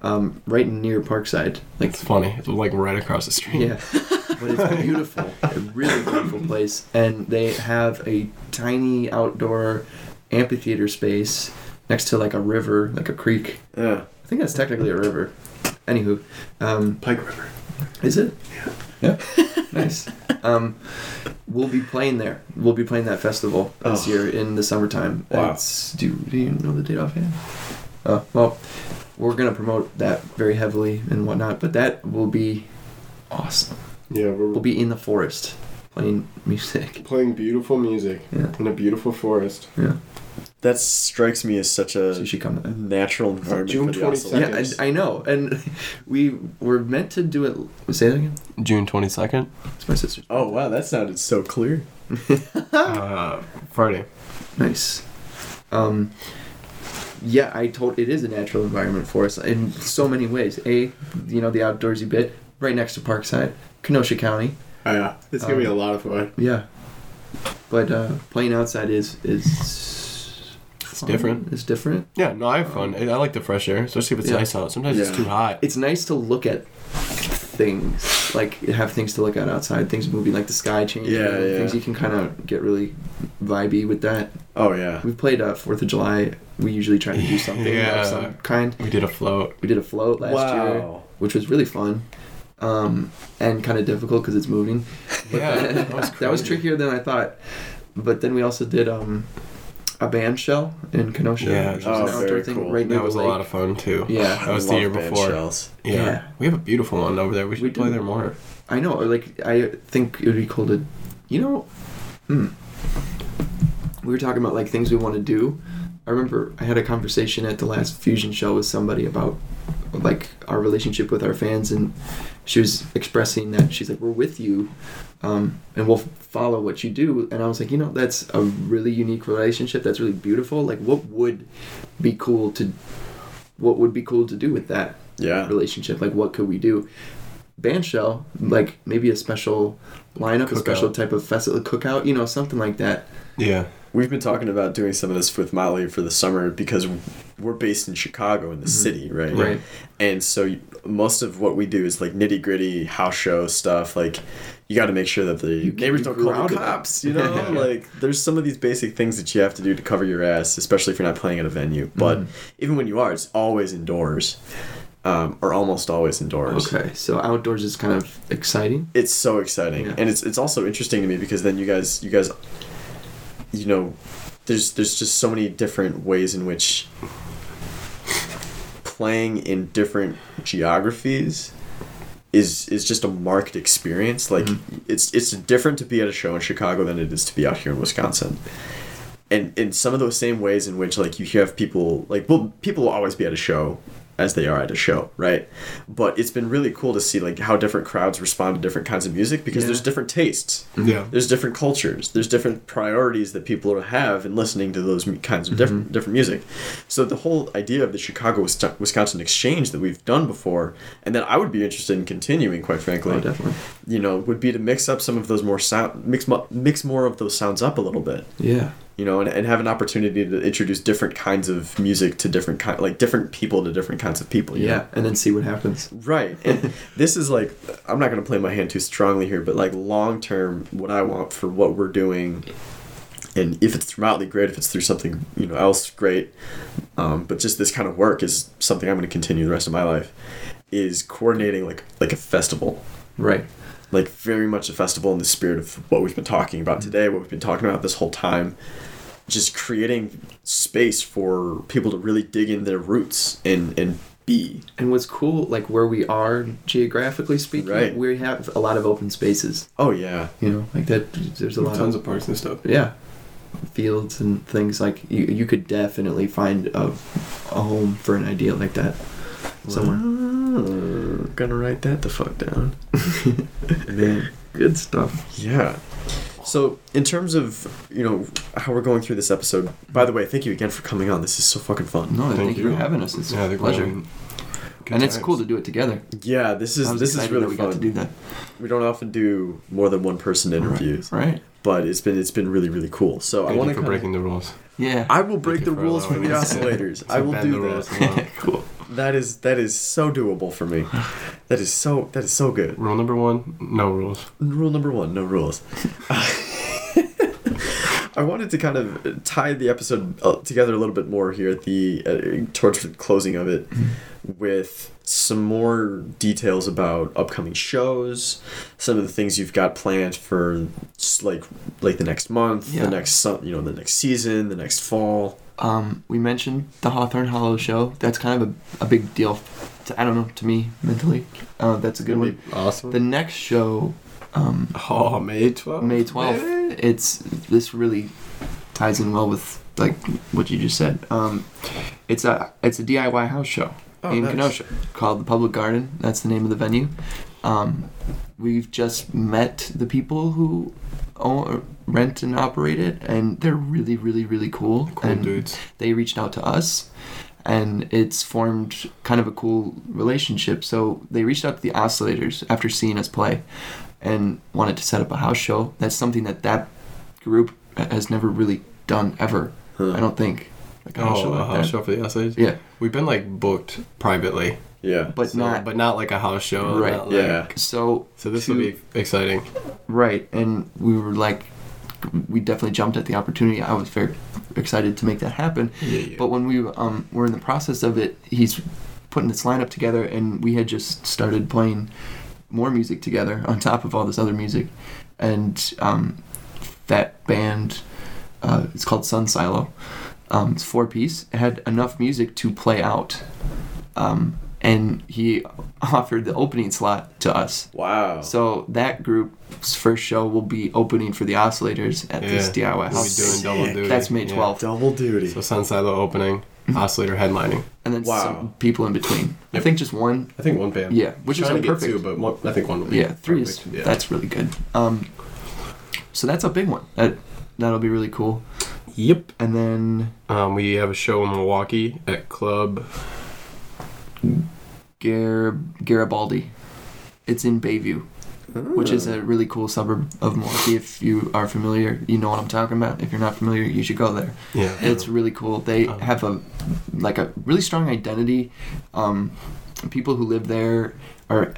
S4: um, right near Parkside. Like,
S3: it's funny. It's like right across the street.
S4: yeah, but it's beautiful, a really beautiful place, and they have a tiny outdoor amphitheater space next to like a river, like a creek.
S1: Yeah.
S4: I think that's technically a river. Anywho, um,
S1: Pike River.
S4: is it? Yeah. nice. Um, we'll be playing there. We'll be playing that festival this
S1: Oh.
S4: year in the summertime.
S1: Wow.
S4: It's, do, do you know the date offhand? Uh, well, we're going to promote that very heavily and whatnot, but that will be awesome.
S3: Yeah, we're
S4: We'll be in the forest playing music.
S3: playing beautiful music
S4: Yeah.
S3: in a beautiful forest.
S4: Yeah.
S1: That strikes me as such a
S4: So you should come to that.
S1: natural environment.
S3: June
S1: for the oscillator.
S3: 22nd.
S4: Yeah,
S3: Seconds.
S4: I, I know. And we were meant to do it. Say that again?
S3: June 22nd?
S4: It's my sister's.
S1: Oh wow, that sounded so clear.
S3: Uh, Friday.
S4: Nice. Um, yeah, I told it is a natural environment for us in so many ways. A, you know, the outdoorsy bit right next to Parkside, Kenosha County.
S1: Oh, yeah, it's
S4: gonna be
S3: Um,
S4: a
S1: lot of fun.
S4: Yeah, but uh, playing outside is is it's
S3: different.
S4: It's different.
S3: Yeah, no, I have fun. I I like the fresh air, especially if it's
S4: Yeah.
S3: nice out. Sometimes it's
S1: Yeah.
S3: too hot.
S4: It's nice to look at things like have things to look at outside. Things moving, like the sky changing.
S1: Yeah, yeah.
S4: Things you can kind of get really vibey with that.
S1: Oh yeah.
S4: We've played uh, Fourth of July. We usually try to do something
S3: Yeah.
S4: of some kind.
S3: we did a float.
S4: We did a float last year,
S1: Wow.
S4: which was really fun, um, and kind of difficult because it's moving.
S3: Yeah, that was,
S4: that was
S3: crazy.
S4: trickier than I thought. But then we also did um, a band shell in Kenosha,
S3: Yeah.
S4: which is
S1: Oh,
S4: an outdoor
S1: very
S4: thing
S1: cool.
S4: right near
S3: That was
S4: the
S3: a
S4: lake.
S3: lot of fun too.
S4: Yeah.
S3: that was the
S1: I
S3: year
S1: love band
S3: before.
S1: shells.
S3: Yeah.
S4: Yeah.
S3: we have a beautiful one over there. We should
S4: We
S3: play
S4: do.
S3: there more.
S4: I know. Like I think it would be cool to, you know, hmm. we were talking about like things we want to do. I remember I had a conversation at the last Fusion show with somebody about like our relationship with our fans, and she was expressing that she's like, "We're with you, um, and we'll follow what you do." And I was like, "You know, that's a really unique relationship. That's really beautiful. Like, what would be cool to, what would be cool to do with that?"
S1: Yeah.
S4: relationship. Like, what could we do? Bandshell, like maybe a special lineup, a
S3: Cookout.
S4: special type of festival cookout, you know, something like that.
S3: Yeah,
S1: We've been talking about doing some of this with Motley for the summer because we're based in Chicago in the city, right?
S4: Right.
S1: And so you- most of what we do is like nitty gritty house show stuff. Like you got to make sure that the neighbors
S4: you
S1: don't call the
S4: grounded.
S1: cops. You know, like there's some of these basic things that you have to do to cover your ass, especially if you're not playing at a venue. But even when you are, it's always indoors, um, or almost always indoors.
S4: Okay, so outdoors is kind of exciting.
S1: it's so exciting
S4: Yeah.
S1: and it's it's also interesting to me because then you guys you guys you know there's there's just so many different ways in which playing in different geographies is is just a marked experience like it's it's different to be at a show in Chicago than it is to be out here in Wisconsin and in some of those same ways in which like you have people like well people will always be at a show as they are at a show right but it's been really cool to see like how different crowds respond to different kinds of music because
S4: Yeah.
S1: there's different tastes
S3: yeah.
S1: there's different cultures there's different priorities that people have in listening to those mu- kinds of different
S4: Mm-hmm.
S1: different music so the whole idea of the chicago Wis- wisconsin exchange that we've done before and that i would be interested in continuing quite frankly
S4: Oh, definitely.
S1: you know would be to mix up some of those more sound mix mo- mix more of those sounds up a little bit
S4: Yeah.
S1: you know, and, and have an opportunity to introduce different kinds of music to different kind, like different people to different kinds of people. you know?
S4: Yeah, and then see what happens.
S1: Right. And this is like, I'm not going to play my hand too strongly here, but like long term, what I want for what we're doing, and if it's through Motley, great. If it's through something, you know, else, great. Um, but just this kind of work is something I'm going to continue the rest of my life. Is coordinating like like a festival
S4: Right.
S1: like very much a festival in the spirit of what we've been talking about today, what we've been talking about this whole time. Just creating space for people to really dig in their roots and and be
S4: And what's cool, like where we are geographically speaking,
S1: Right.
S4: we have a lot of open spaces.
S1: oh yeah
S4: You know, like that. There's a lot
S3: Tons of parks and stuff.
S4: yeah fields and things like you. You could definitely find a, a home for an idea like that somewhere.
S1: I'm gonna write that the fuck down. Man.
S4: Good stuff.
S1: Yeah. So, in terms of, you know, how we're going through this episode, by the way, thank you again for coming on. This is so fucking fun.
S4: No, thank, you for
S3: you.
S4: having us. It's
S3: Yeah,
S4: a
S3: they're
S4: pleasure.
S3: going- Good
S4: and it's
S3: times.
S4: cool to do it together.
S1: Yeah, this
S4: I
S1: is
S4: was
S1: this is
S4: excited
S1: really
S4: that we
S1: fun.
S4: got to do that.
S1: We don't often do more than one person interviews,
S4: Right.
S1: but it's been it's been really really cool. So I
S3: Thank
S1: want
S3: you
S1: to
S3: for breaking the rules.
S4: Yeah.
S1: I will break
S3: you
S1: the
S3: for
S1: rules for the
S3: allowing us to-
S1: oscillators.
S3: to
S1: I will
S3: bend the
S1: do
S3: rules.
S1: that.
S4: cool.
S1: That is that is so doable for me. That is so that is so good.
S3: Rule number one: no rules.
S1: Rule number one: no rules. I wanted to kind of tie the episode uh, together a little bit more here at the uh, towards the closing of it with some more details about upcoming shows, some of the things you've got planned for s- like like the next month,
S4: Yeah.
S1: the next su- you know the next season, the next fall.
S4: Um, we mentioned the Hawthorne Hollow show. That's kind of a, a big deal. To, I don't know, to me, mentally. Uh, that's a good one.
S3: Awesome.
S4: The next show, um,
S3: oh, May twelfth.
S4: May 12th. It's this really ties in well with like what you just said. Um, it's a it's a DIY house show
S1: Oh,
S4: in
S1: nice.
S4: Kenosha called the Public Garden. That's the name of the venue. Um, we've just met the people who own, rent and operate it, and they're really, really, really cool.
S3: Cool
S4: and
S3: dudes.
S4: they reached out to us and it's formed kind of a cool relationship. So they reached out to the Oscillators after seeing us play and wanted to set up a house show. That's something that that group has never really done ever.
S1: Huh.
S4: I don't think. Like a house
S3: Oh,
S4: show
S3: a
S4: like
S3: house
S4: that.
S3: show for the essays.
S4: Yeah,
S3: We've been like booked privately,
S1: Yeah,
S4: but
S3: so-
S4: not
S3: but not like a house show.
S4: Right,
S3: not like-
S1: yeah.
S4: so.
S3: So this
S4: to-
S3: will be exciting.
S4: right, and we were like, we definitely jumped at the opportunity. I was very excited to make that happen.
S3: Yeah, yeah.
S4: But when we um, were in the process of it, he's putting this lineup together, and we had just started playing more music together on top of all this other music. And um, that band, uh, it's called Sun Silo. Um, it's four piece. It had enough music to play out. Um, and he offered the opening slot to us.
S1: wow.
S4: So that group's first show will be opening for the Oscillators at this
S3: Yeah.
S4: DIY
S3: We'll be
S4: house.
S3: doing double
S1: Sick.
S3: duty.
S4: That's May Mm-hmm.
S3: Yeah.
S4: 12th.
S1: double duty.
S3: So Sun Silo opening, Oscillator headlining.
S4: And then
S1: Wow.
S4: some people in between. I
S3: Yep.
S4: think just one.
S3: I think one band.
S4: Yeah, which is
S3: Trying to get
S4: perfect.
S3: two, but one, I think one will be
S4: Yeah, three is
S3: perfect. Yeah.
S4: that's really good. Um, so that's a big one. That that'll be really cool.
S3: yep.
S4: And then
S3: Um, we have a show in Milwaukee at Club.
S4: Gar- Garibaldi. It's in Bayview, which is a really cool suburb of Milwaukee. If you are familiar, you know what I'm talking about. If you're not familiar, you should go there.
S3: Yeah,
S4: It's really cool. They
S3: Um,
S4: have a like a really strong identity. Um, people who live there are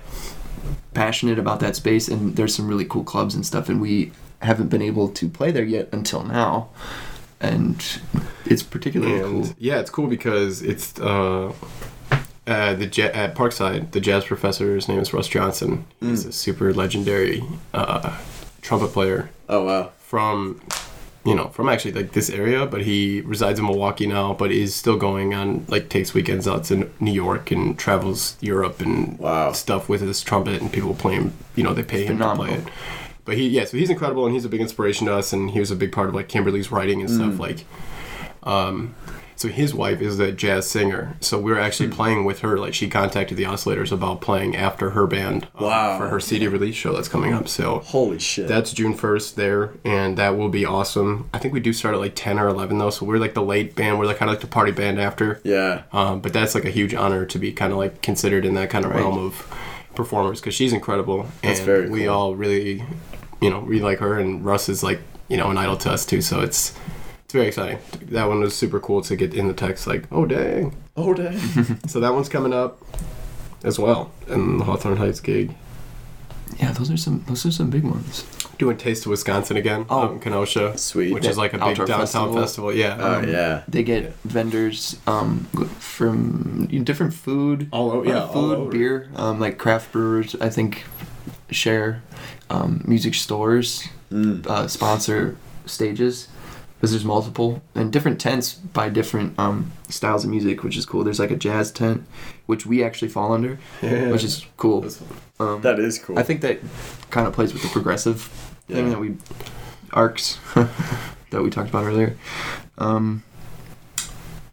S4: passionate about that space, and there's some really cool clubs and stuff. And we haven't been able to play there yet until now, and it's particularly
S3: and
S4: cool.
S3: yeah, it's cool because it's uh, uh, the ja- at Parkside. The jazz professor, his name is Russ Johnson.
S4: Hmm.
S3: He's a super legendary uh, trumpet player
S1: oh wow.
S3: from you know from actually like this area but he resides in milwaukee now but is still going on like takes weekends out to new york and travels europe and
S1: Wow.
S3: stuff with his trumpet and people play him you know they pay him to
S4: Phenomenal.
S3: play it but he yeah so he's incredible and he's a big inspiration to us and he was a big part of like kimberly's writing and
S1: Mm.
S3: stuff like um so his wife is a jazz singer so we were actually
S1: Mm.
S3: playing with her like she contacted the oscillators about playing after her band um,
S1: Wow.
S3: for her cd release show that's coming up so
S1: Holy shit.
S3: that's June first there, and that will be awesome. I think we do start at like ten or eleven though, so we're like the late band. We're like kind of like the party band after.
S1: yeah.
S3: Um, but that's like a huge honor to be kind of like considered in that kind of
S4: Right.
S3: realm of performers because she's incredible.
S1: That's
S3: and
S1: very
S3: We
S1: cool.
S3: all really, you know, we like her, and Russ is like you know an idol to us too. So it's it's very exciting. That one was super cool to get in the text like, oh dang.
S1: Oh dang.
S3: so that one's coming up as well, and the Hawthorne Heights gig.
S4: Yeah, those are some those are some big ones.
S3: doing Taste of Wisconsin again.
S4: Oh.
S3: out in Kenosha,
S1: Sweet.
S3: which is like a big
S4: Outdoor
S3: downtown
S4: festival.
S3: festival. Yeah,
S1: Oh yeah.
S4: They get vendors um, from different food,
S3: All o- yeah, all
S4: food,
S3: over.
S4: beer, um, like craft brewers. I think share um, music stores
S1: Mm.
S4: uh, sponsor stages because there's multiple and different tents by different um, styles of music, which is cool. There's like a jazz tent, which we actually fall under,
S3: Yeah.
S4: which is cool. Um,
S1: That is cool.
S4: I think that kind of plays with the progressive thing
S1: Yeah.
S4: that we arcs that we talked about earlier. Um,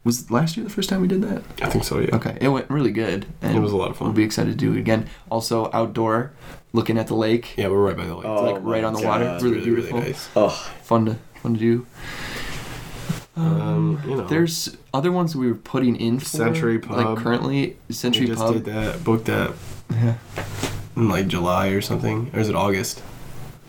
S4: was last year the first time we did that?
S3: I think so. Yeah.
S4: Okay, it went really good. And
S3: It was a lot of fun.
S4: We'll be excited to do it again. Also, outdoor, looking at the lake,
S3: Yeah, we're right by the lake.
S1: Oh,
S3: It's
S4: like right on the
S1: my
S4: water,
S1: God,
S4: really,
S3: really, really
S4: beautiful,
S3: nice.
S1: Oh,
S4: fun to fun to do.
S3: Um, you know,
S4: There's other ones we were putting in for
S3: Century Pub.
S4: like currently
S3: we
S4: Century
S3: just
S4: Pub.
S3: did that, booked that in like July or something, or is it August?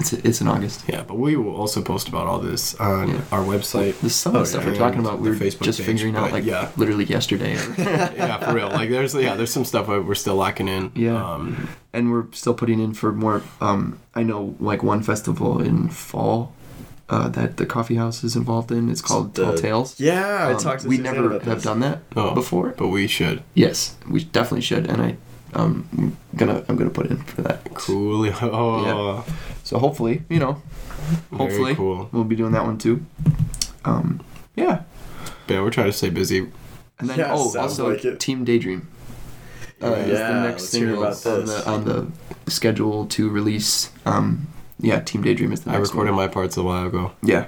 S4: It's it's in August.
S3: Yeah, but we will also post about all this on
S4: Yeah.
S3: our website.
S4: There's some of
S3: Oh,
S4: the stuff
S3: yeah,
S4: we're talking
S3: and
S4: about. We
S3: the
S4: were
S3: Facebook
S4: just
S3: page,
S4: figuring out
S3: but
S4: like
S3: yeah.
S4: literally yesterday,
S3: yeah, for real. Like there's yeah, there's some stuff that we're still locking in.
S4: Yeah.
S3: Um,
S4: and we're still putting in for more. Um, I know like one festival in fall. Uh, that the coffee house is involved in. It's called
S1: the-
S4: Tall Tales.
S1: yeah, I
S4: Um,
S1: talked to
S4: we
S1: Suzanne
S4: never
S1: about
S4: have
S1: this.
S4: done that
S3: Oh.
S4: before.
S3: but we should.
S4: Yes, we definitely should, and I, um, I'm gonna I'm gonna put in for that.
S3: Cool. Oh,
S4: So hopefully, you know,
S3: very
S4: hopefully
S3: cool.
S4: we'll be doing that one too. Um, yeah,
S3: Yeah, we're trying to stay busy.
S4: and then
S1: Yeah,
S4: oh,
S1: sounds
S4: also
S1: like it.
S4: Team Daydream. Uh, is
S1: Yeah,
S4: the next
S1: let's hear
S4: single
S1: about
S4: on
S1: this.
S4: the on the schedule to release. Um, yeah, Team Daydream is the
S3: I
S4: next.
S3: recorded
S4: one.
S3: my parts a while ago.
S4: Yeah,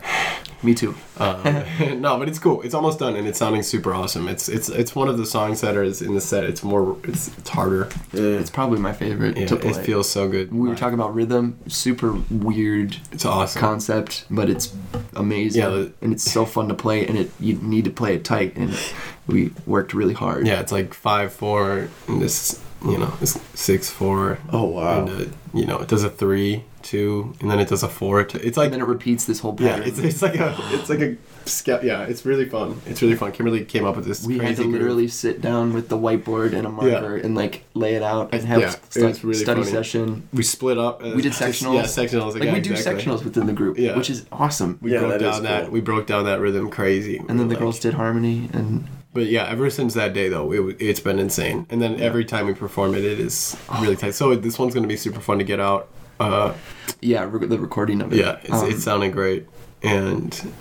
S4: me too.
S3: Um, no, but it's cool. It's almost done, and it's sounding super awesome. It's it's it's one of the songs that is in the set. It's more. It's, it's harder.
S1: Yeah.
S4: It's probably my favorite
S3: Yeah,
S4: to play.
S3: it feels so good.
S4: we were talking about rhythm, super weird
S3: It's awesome.
S4: concept, but it's amazing
S3: Yeah, the-
S4: and it's so fun to play. And it you need to play it tight, and we worked really hard.
S3: yeah, it's like five four. And this you know it's six four.
S1: Oh wow.
S3: And, uh, you know it does a three two, and then it does a four. Two. It's like
S4: and then it repeats this whole
S3: yeah,
S4: pattern.
S3: it's, it's like a it's like a sca- yeah. It's really fun. It's really fun. Kimberly came up with this.
S4: we
S3: crazy
S4: had to
S3: groove.
S4: literally sit down with the whiteboard and a marker and like lay it out and have
S3: Yeah, it
S4: stu-
S3: was really
S4: study
S3: funny.
S4: session.
S3: we split up. uh,
S4: We did
S3: just-
S4: sectionals.
S3: Yeah, sectionals.
S4: Like we do sectionals within the group,
S3: Yeah.
S4: which is awesome.
S3: We
S1: Yeah,
S3: broke
S1: that is
S3: down that.
S1: cool.
S3: We broke down that rhythm crazy.
S4: and then the
S3: Like-
S4: girls did harmony and
S3: But yeah, ever since that day though, it, w- it's been insane. And then every time we perform it, it is really tight. So this one's gonna be super fun to get out. Uh,
S4: yeah, re- the recording of it.
S3: yeah, it's,
S4: Um,
S3: it's sounding great, and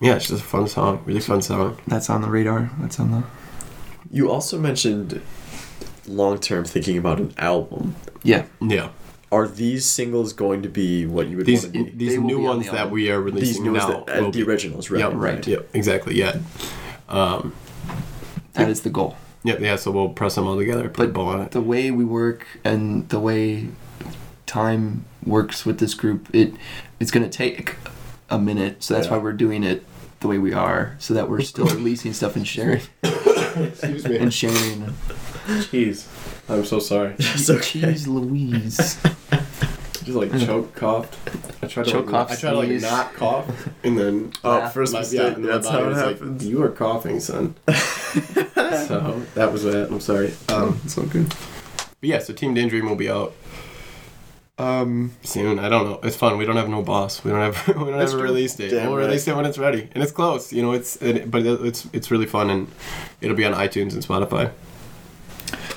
S3: yeah, it's just a fun song. Really fun song.
S4: that's on the radar. That's on the
S1: You also mentioned long term thinking about an album.
S4: yeah.
S3: Yeah,
S1: Are these singles going to be what you would
S3: these
S1: want to be?
S3: these
S4: will
S3: new
S4: be on
S3: ones
S4: the
S3: that
S4: album.
S3: we are releasing
S1: These new ones
S3: now.
S1: that- uh,
S3: will
S1: the
S3: be-
S1: originals, right?
S3: Yep,
S4: right.
S3: Yep, exactly. Yeah. Um,
S4: That is the goal.
S3: yep. Yeah. So we'll press them all together, put a bow on it.
S4: the way we work and the way time works with this group it it's going to take a minute so that's
S1: Yeah.
S4: why we're doing it the way we are so that we're still releasing stuff and sharing
S3: Excuse me.
S4: and sharing
S3: Jeez, I'm so sorry.
S1: It's okay.
S4: jeez louise
S3: Just like choke coughed. I tried
S4: Mm. Choke
S3: to like,
S4: cough,
S3: I tried to like
S4: sneeze.
S3: not cough, and then
S1: Oh, first
S3: my,
S1: mistake.
S3: yeah, and then my
S1: That's
S3: body
S1: how it
S3: was like,
S1: happens.
S3: you are coughing, son. so that was it. I'm sorry.
S1: Mm,
S3: Um,
S4: it's all good
S3: but yeah, so Team Daydream will be out
S4: um
S3: soon. I don't know. It's fun. We don't have no boss. We don't have we don't have a release date.
S1: Damn
S3: we'll
S1: right.
S3: release it when it's ready, and it's close. You know, it's it, but it, it's it's really fun, and it'll be on iTunes and Spotify.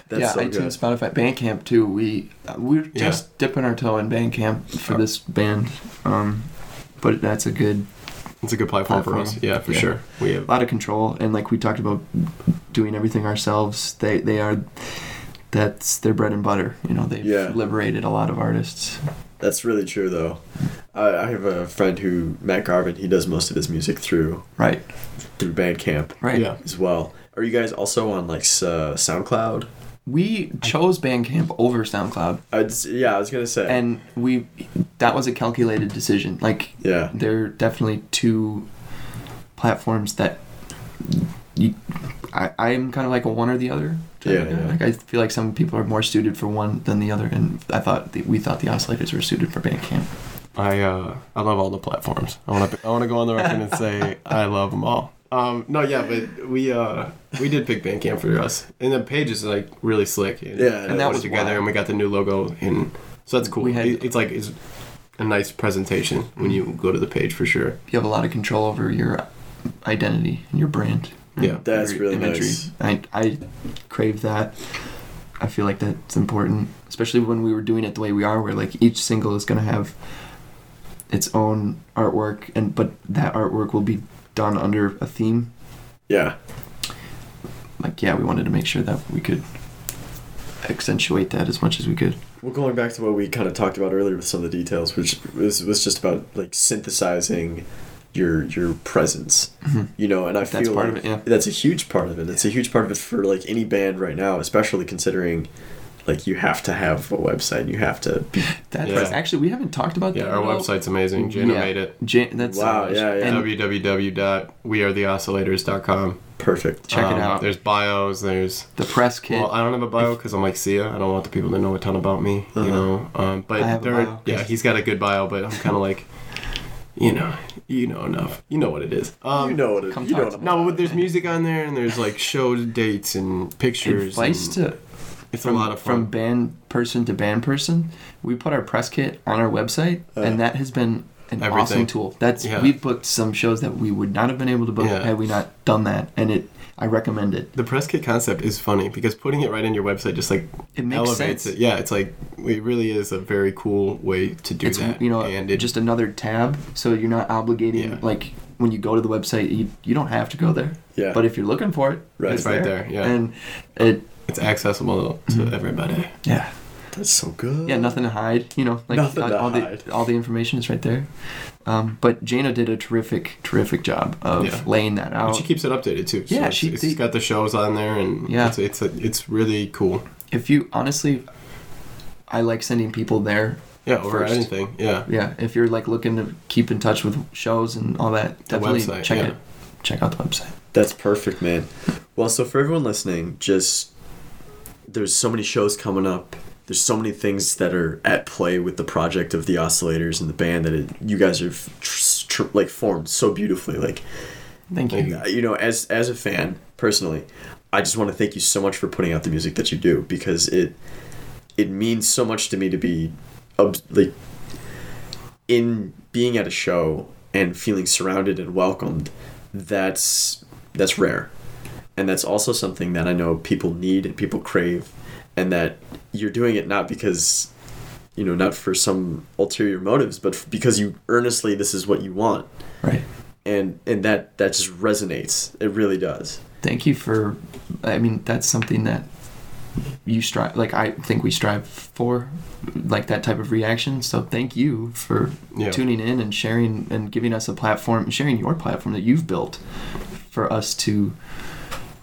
S1: That's
S4: yeah
S1: so
S4: itunes
S1: good.
S4: spotify bandcamp too we uh, we're
S3: Yeah.
S4: just dipping our toe in bandcamp for
S1: Uh.
S3: Oh.
S4: this band um but that's a good
S3: It's a good platform, for
S4: Platform.
S3: us. Yeah, for
S4: Yeah.
S3: sure. We have
S4: a lot of control and like we talked about doing everything ourselves they they are that's their bread and butter you know they've
S1: Yeah.
S4: liberated a lot of artists
S1: That's really true, though. I, I have a friend who Matt Garvin. He does most of his music through
S4: right
S1: through Bandcamp
S4: right
S3: yeah.
S1: as well. Are you guys also on like s- uh, SoundCloud?
S4: we chose bandcamp over soundcloud
S1: I'd, s- yeah, I was gonna say.
S4: and we that was a calculated decision like
S1: yeah,
S4: they're definitely two platforms that you, I, I'm kind of like a one or the other. type of
S1: Yeah,
S4: guy.
S1: yeah.
S4: Like I feel like some people are more suited for one than the other, and I thought the, we thought the oscillators were suited for Bandcamp.
S3: I uh, I love all the platforms. I want to I want to go on the record and say I love them all. Um, no, yeah, but we uh, we did pick Bandcamp for us, and the page is like really slick. And
S1: Yeah, that
S3: and that was
S4: was
S3: together,
S4: wild.
S3: and we got the new logo, and so that's cool.
S4: We had-
S3: It- it's like it's a nice presentation when you go to the page for sure.
S4: You have a lot of control over your identity and your brand.
S3: Yeah,
S1: that's
S4: your
S1: really nice.
S4: I I crave that. I feel like that's important, especially when we were doing it the way we are, where like each single is gonna have its own artwork, and but that artwork will be done under a theme.
S1: Yeah,
S4: Like yeah, we wanted to make sure that we could accentuate that as much as we could.
S1: Well, going back to what we kind of talked about earlier with some of the details, which was, was just about like synthesizing your your presence. You know, and I
S4: Mm-hmm. That's
S1: feel
S4: part of
S1: like
S4: it, yeah.
S1: that's a huge part of it. It's a huge part of it for like any band right now, especially considering like you have to have a website, you have to be
S4: That's
S3: Yeah.
S4: actually we haven't talked about
S3: Yeah,
S4: that.
S3: our
S4: at all.
S3: website's amazing. Jana
S4: Yeah.
S3: made it.
S4: Jan- that's uh,
S1: Wow, yeah, yeah.
S4: And
S3: www.wearetheoscillators.com.
S1: perfect.
S4: check
S3: Um,
S4: it out.
S3: There's bios. There's
S4: The press kit.
S3: well, I don't have a bio because I'm like Sia. I don't want the people to know a ton about me, you know. Um,
S4: Uh-huh. I
S3: but
S4: have a
S3: there,
S4: bio.
S3: yeah, he's got a good bio, but I'm kind of like, you know, you know enough. You know what it is. Um,
S1: you know what it,
S4: come
S1: you know
S4: talk
S1: what
S4: to
S1: I'm-
S4: me.
S3: No, but there's music on there, and there's like show dates and pictures.
S4: advice
S3: and
S4: to
S3: it's
S4: from,
S3: a lot of
S4: from
S3: fun.
S4: band person to band person. We put our press kit on our website, and that has been an
S3: Everything.
S4: awesome tool. That's
S3: Yeah.
S4: we've booked some shows that we would not have been able to book
S3: Yeah.
S4: had we not done that, and it I recommend it.
S3: the press kit concept is funny because putting it right in your website just like
S4: It makes
S3: elevates
S4: sense.
S3: it. Yeah, it's like it really is a very cool way to do
S4: It's
S3: that.
S4: you know
S3: and it
S4: just another tab, so you're not obligating
S3: Yeah.
S4: like when you go to the website, you, you don't have to go there.
S1: Yeah.
S4: But if you're looking for it,
S1: Right.
S4: it's
S3: Right there, yeah.
S4: And it
S3: it's accessible to
S4: Mm-hmm.
S3: everybody.
S4: yeah.
S1: That's so good.
S4: Yeah, nothing to hide. You know, like uh,
S1: Nothing
S4: all,
S1: to
S4: all
S1: hide.
S4: the all the information is right there. Um, but Jana did a terrific, terrific job of
S3: Yeah.
S4: laying that
S3: And
S4: out.
S3: she keeps it updated too.
S4: Yeah,
S3: it's-
S4: she-
S3: it's
S4: they-
S3: got the shows on there, and
S4: Yeah.
S3: it's it's, it's really cool.
S4: if you honestly, I like sending people there.
S3: Yeah, over
S4: First.
S3: anything. Yeah,
S4: Yeah, if you're like looking to keep in touch with shows and all that, definitely
S3: website,
S4: check
S3: yeah.
S4: it. Check out the website.
S1: That's perfect, man. Well, so for everyone listening, just there's so many shows coming up. There's so many things that are at play with the project of the Oscillators and the band that it, you guys have tr- tr- like formed so beautifully. Like
S4: Thank you.
S1: uh, you know, as as a fan personally, I just want to thank you so much for putting out the music that you do because it it means so much to me to be ob- like in being at a show and feeling surrounded and welcomed. That's that's rare, and that's also something that I know people need and people crave, and that you're doing it not because you know not for some ulterior motives but f- because you earnestly this is what you want
S4: Right.
S1: and and that that just resonates it really does
S4: Thank you for. I mean, that's something that you strive. Like I think we strive for, like that type of reaction. So thank you for
S3: Yeah.
S4: tuning in and sharing and giving us a platform and sharing your platform that you've built for us to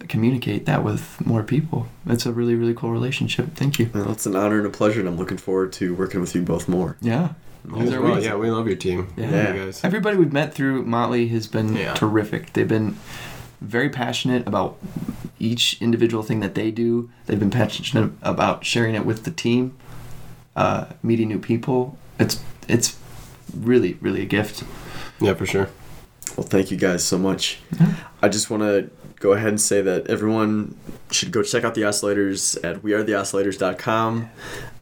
S4: communicate that with more people. It's a really really cool relationship. Thank you.
S1: well, it's an honor and a pleasure and i'm looking forward to working with you both more
S4: Yeah.
S3: As
S4: Either
S3: well,
S4: way.
S3: yeah, we love your team.
S4: Yeah.
S3: Yeah, you guys.
S4: Everybody we've met through Motley has been
S3: Yeah.
S4: terrific. They've been very passionate about each individual thing that they do. They've been passionate about sharing it with the team, uh, meeting new people. It's it's really really a gift.
S3: Yeah, for sure.
S1: well thank you guys so much i just want to go ahead and say that everyone should go check out the oscillators at wearetheoscillators.com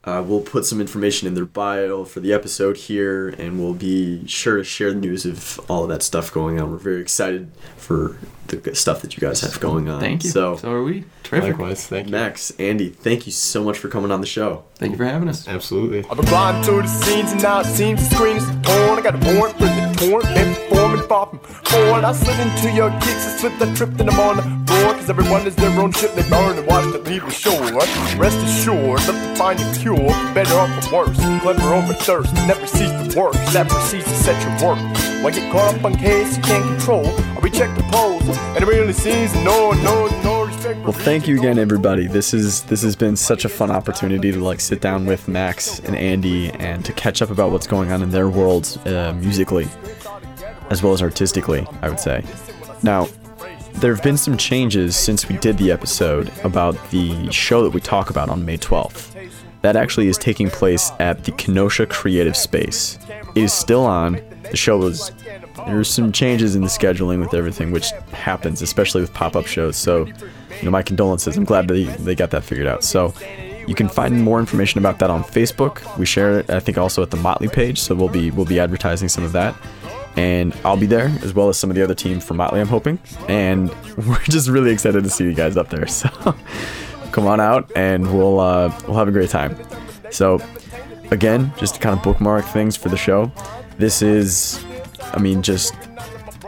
S1: uh, we'll put some information in their bio for the episode here and we'll be sure to share the news of all of that stuff going on we're very excited for the good stuff that you guys have going on
S4: Thank you.
S1: so
S4: are we. Terrific.
S3: Likewise, thank you.
S1: max andy thank you so much for coming on the show
S4: Thank you for having us.
S3: Absolutely.
S6: I've been blind to the scenes and now it seems the screen is torn. I got a warrant for the torrent, been performing far from foreign. I slid into your gigs, I slipped, I tripped, and I'm on the floor. Cause everyone is their own ship, they burn and watch the leave ashore. Rest assured, look to find a cure, for better or for worse. Clever over thirst, never cease to work, that proceeds to set your work. Why get caught up on case you can't control? I recheck the polls, and it really seems no, no, no respect.
S5: Well, thank you again, everybody. This is this has been such a fun opportunity to like sit down with Max and Andy and to catch up about what's going on in their worlds uh, musically, as well as artistically. I would say. Now, there have been some changes since we did the episode about the show that we talk about on May 12th. That actually is taking place at the Kenosha Creative Space. It is still on. The show was. There were some changes in the scheduling with everything, which happens, especially with pop up shows. So, you know, my condolences. I'm glad they, they got that figured out. So, you can find more information about that on Facebook. We share it, I think, also at the Motley page. So we'll be we'll be advertising some of that, and I'll be there as well as some of the other team from Motley. I'm hoping, and we're just really excited to see you guys up there. So come on out, and we'll uh, we'll have a great time. So again, just to kind of bookmark things for the show. This is, I mean, just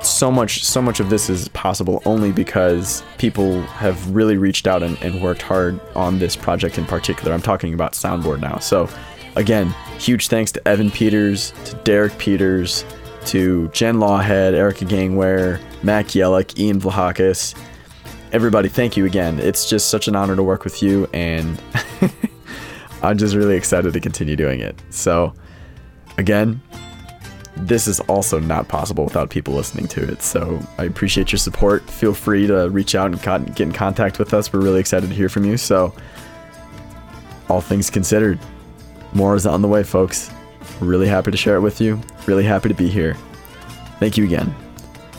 S5: so much so much of this is possible only because people have really reached out and, and worked hard on this project in particular i'm talking about soundboard now so again huge thanks to evan peters to derek peters
S1: to Jen Lawhead, Erica Gangware, Mac Yellick, Ian Vlahakis. Everybody, thank you again. It's just such an honor to work with you, and I'm just really excited to continue doing it. So, again, this is also not possible without people listening to it. So I appreciate your support. Feel free to reach out and con- get in contact with us. We're really excited to hear from you. So, all things considered, more is on the way, folks. We're really happy to share it with you. Really happy to be here. Thank you again.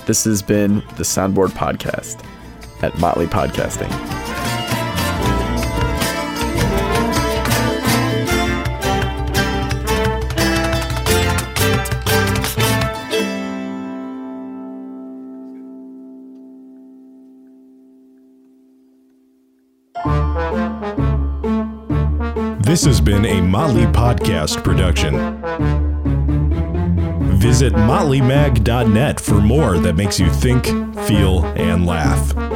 S1: This has been the Soundboard Podcast at Motley Podcasting.
S7: This has been a Motley Podcast production. Visit motley motleymag.net for more that makes you think, feel, and laugh.